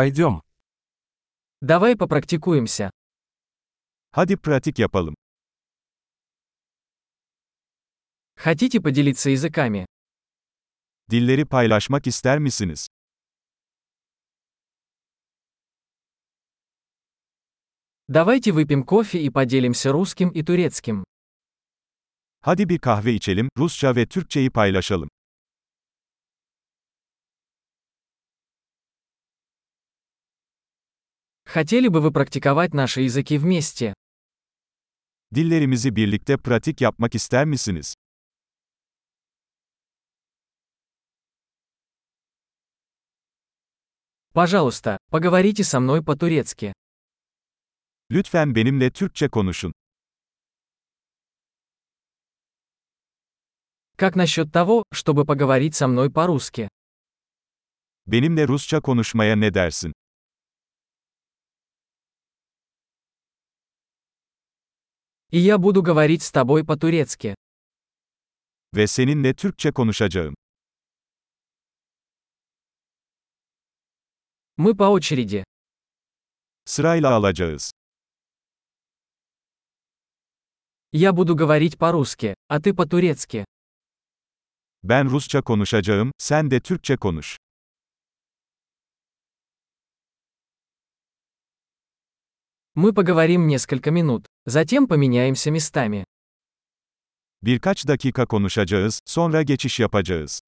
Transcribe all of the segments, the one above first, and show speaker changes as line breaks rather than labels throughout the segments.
Пойдем.
Давай попрактикуемся.
Hadi pratik yapalım.
Хотите поделиться языками?
Dilleri paylaşmak ister misiniz?
Давайте выпьем кофе и поделимся русским и турецким.
Hadi bir kahve içelim, Rusça ve Türkçeyi paylaşalım.
Хотели бы вы практиковать наши языки вместе?
Dillerimizi birlikte pratik yapmak ister misiniz?
Пожалуйста, поговорите со мной по-турецки.
Lütfen benimle Türkçe konuşun.
Как насчет того, чтобы поговорить со мной по-русски?
Benimle Rusça konuşmaya ne dersin?
И я буду говорить с тобой по-турецки.
Ve seninle Türkçe konuşacağım.
Мы по очереди.
Sırayla alacağız.
Я буду говорить по-русски, а ты по-турецки.
Ben Rusça konuşacağım, sen de Türkçe konuş.
Мы поговорим несколько минут, затем поменяемся местами.
Birkaç dakika konuşacağız, sonra geçiş yapacağız.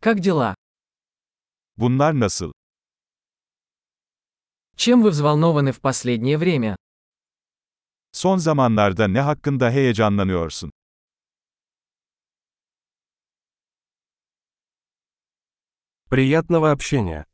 Как дела?
Bunlar nasıl?
Чем вы взволнованы в последнее время?
Son zamanlarda ne hakkında heyecanlanıyorsun?
Приятного общения.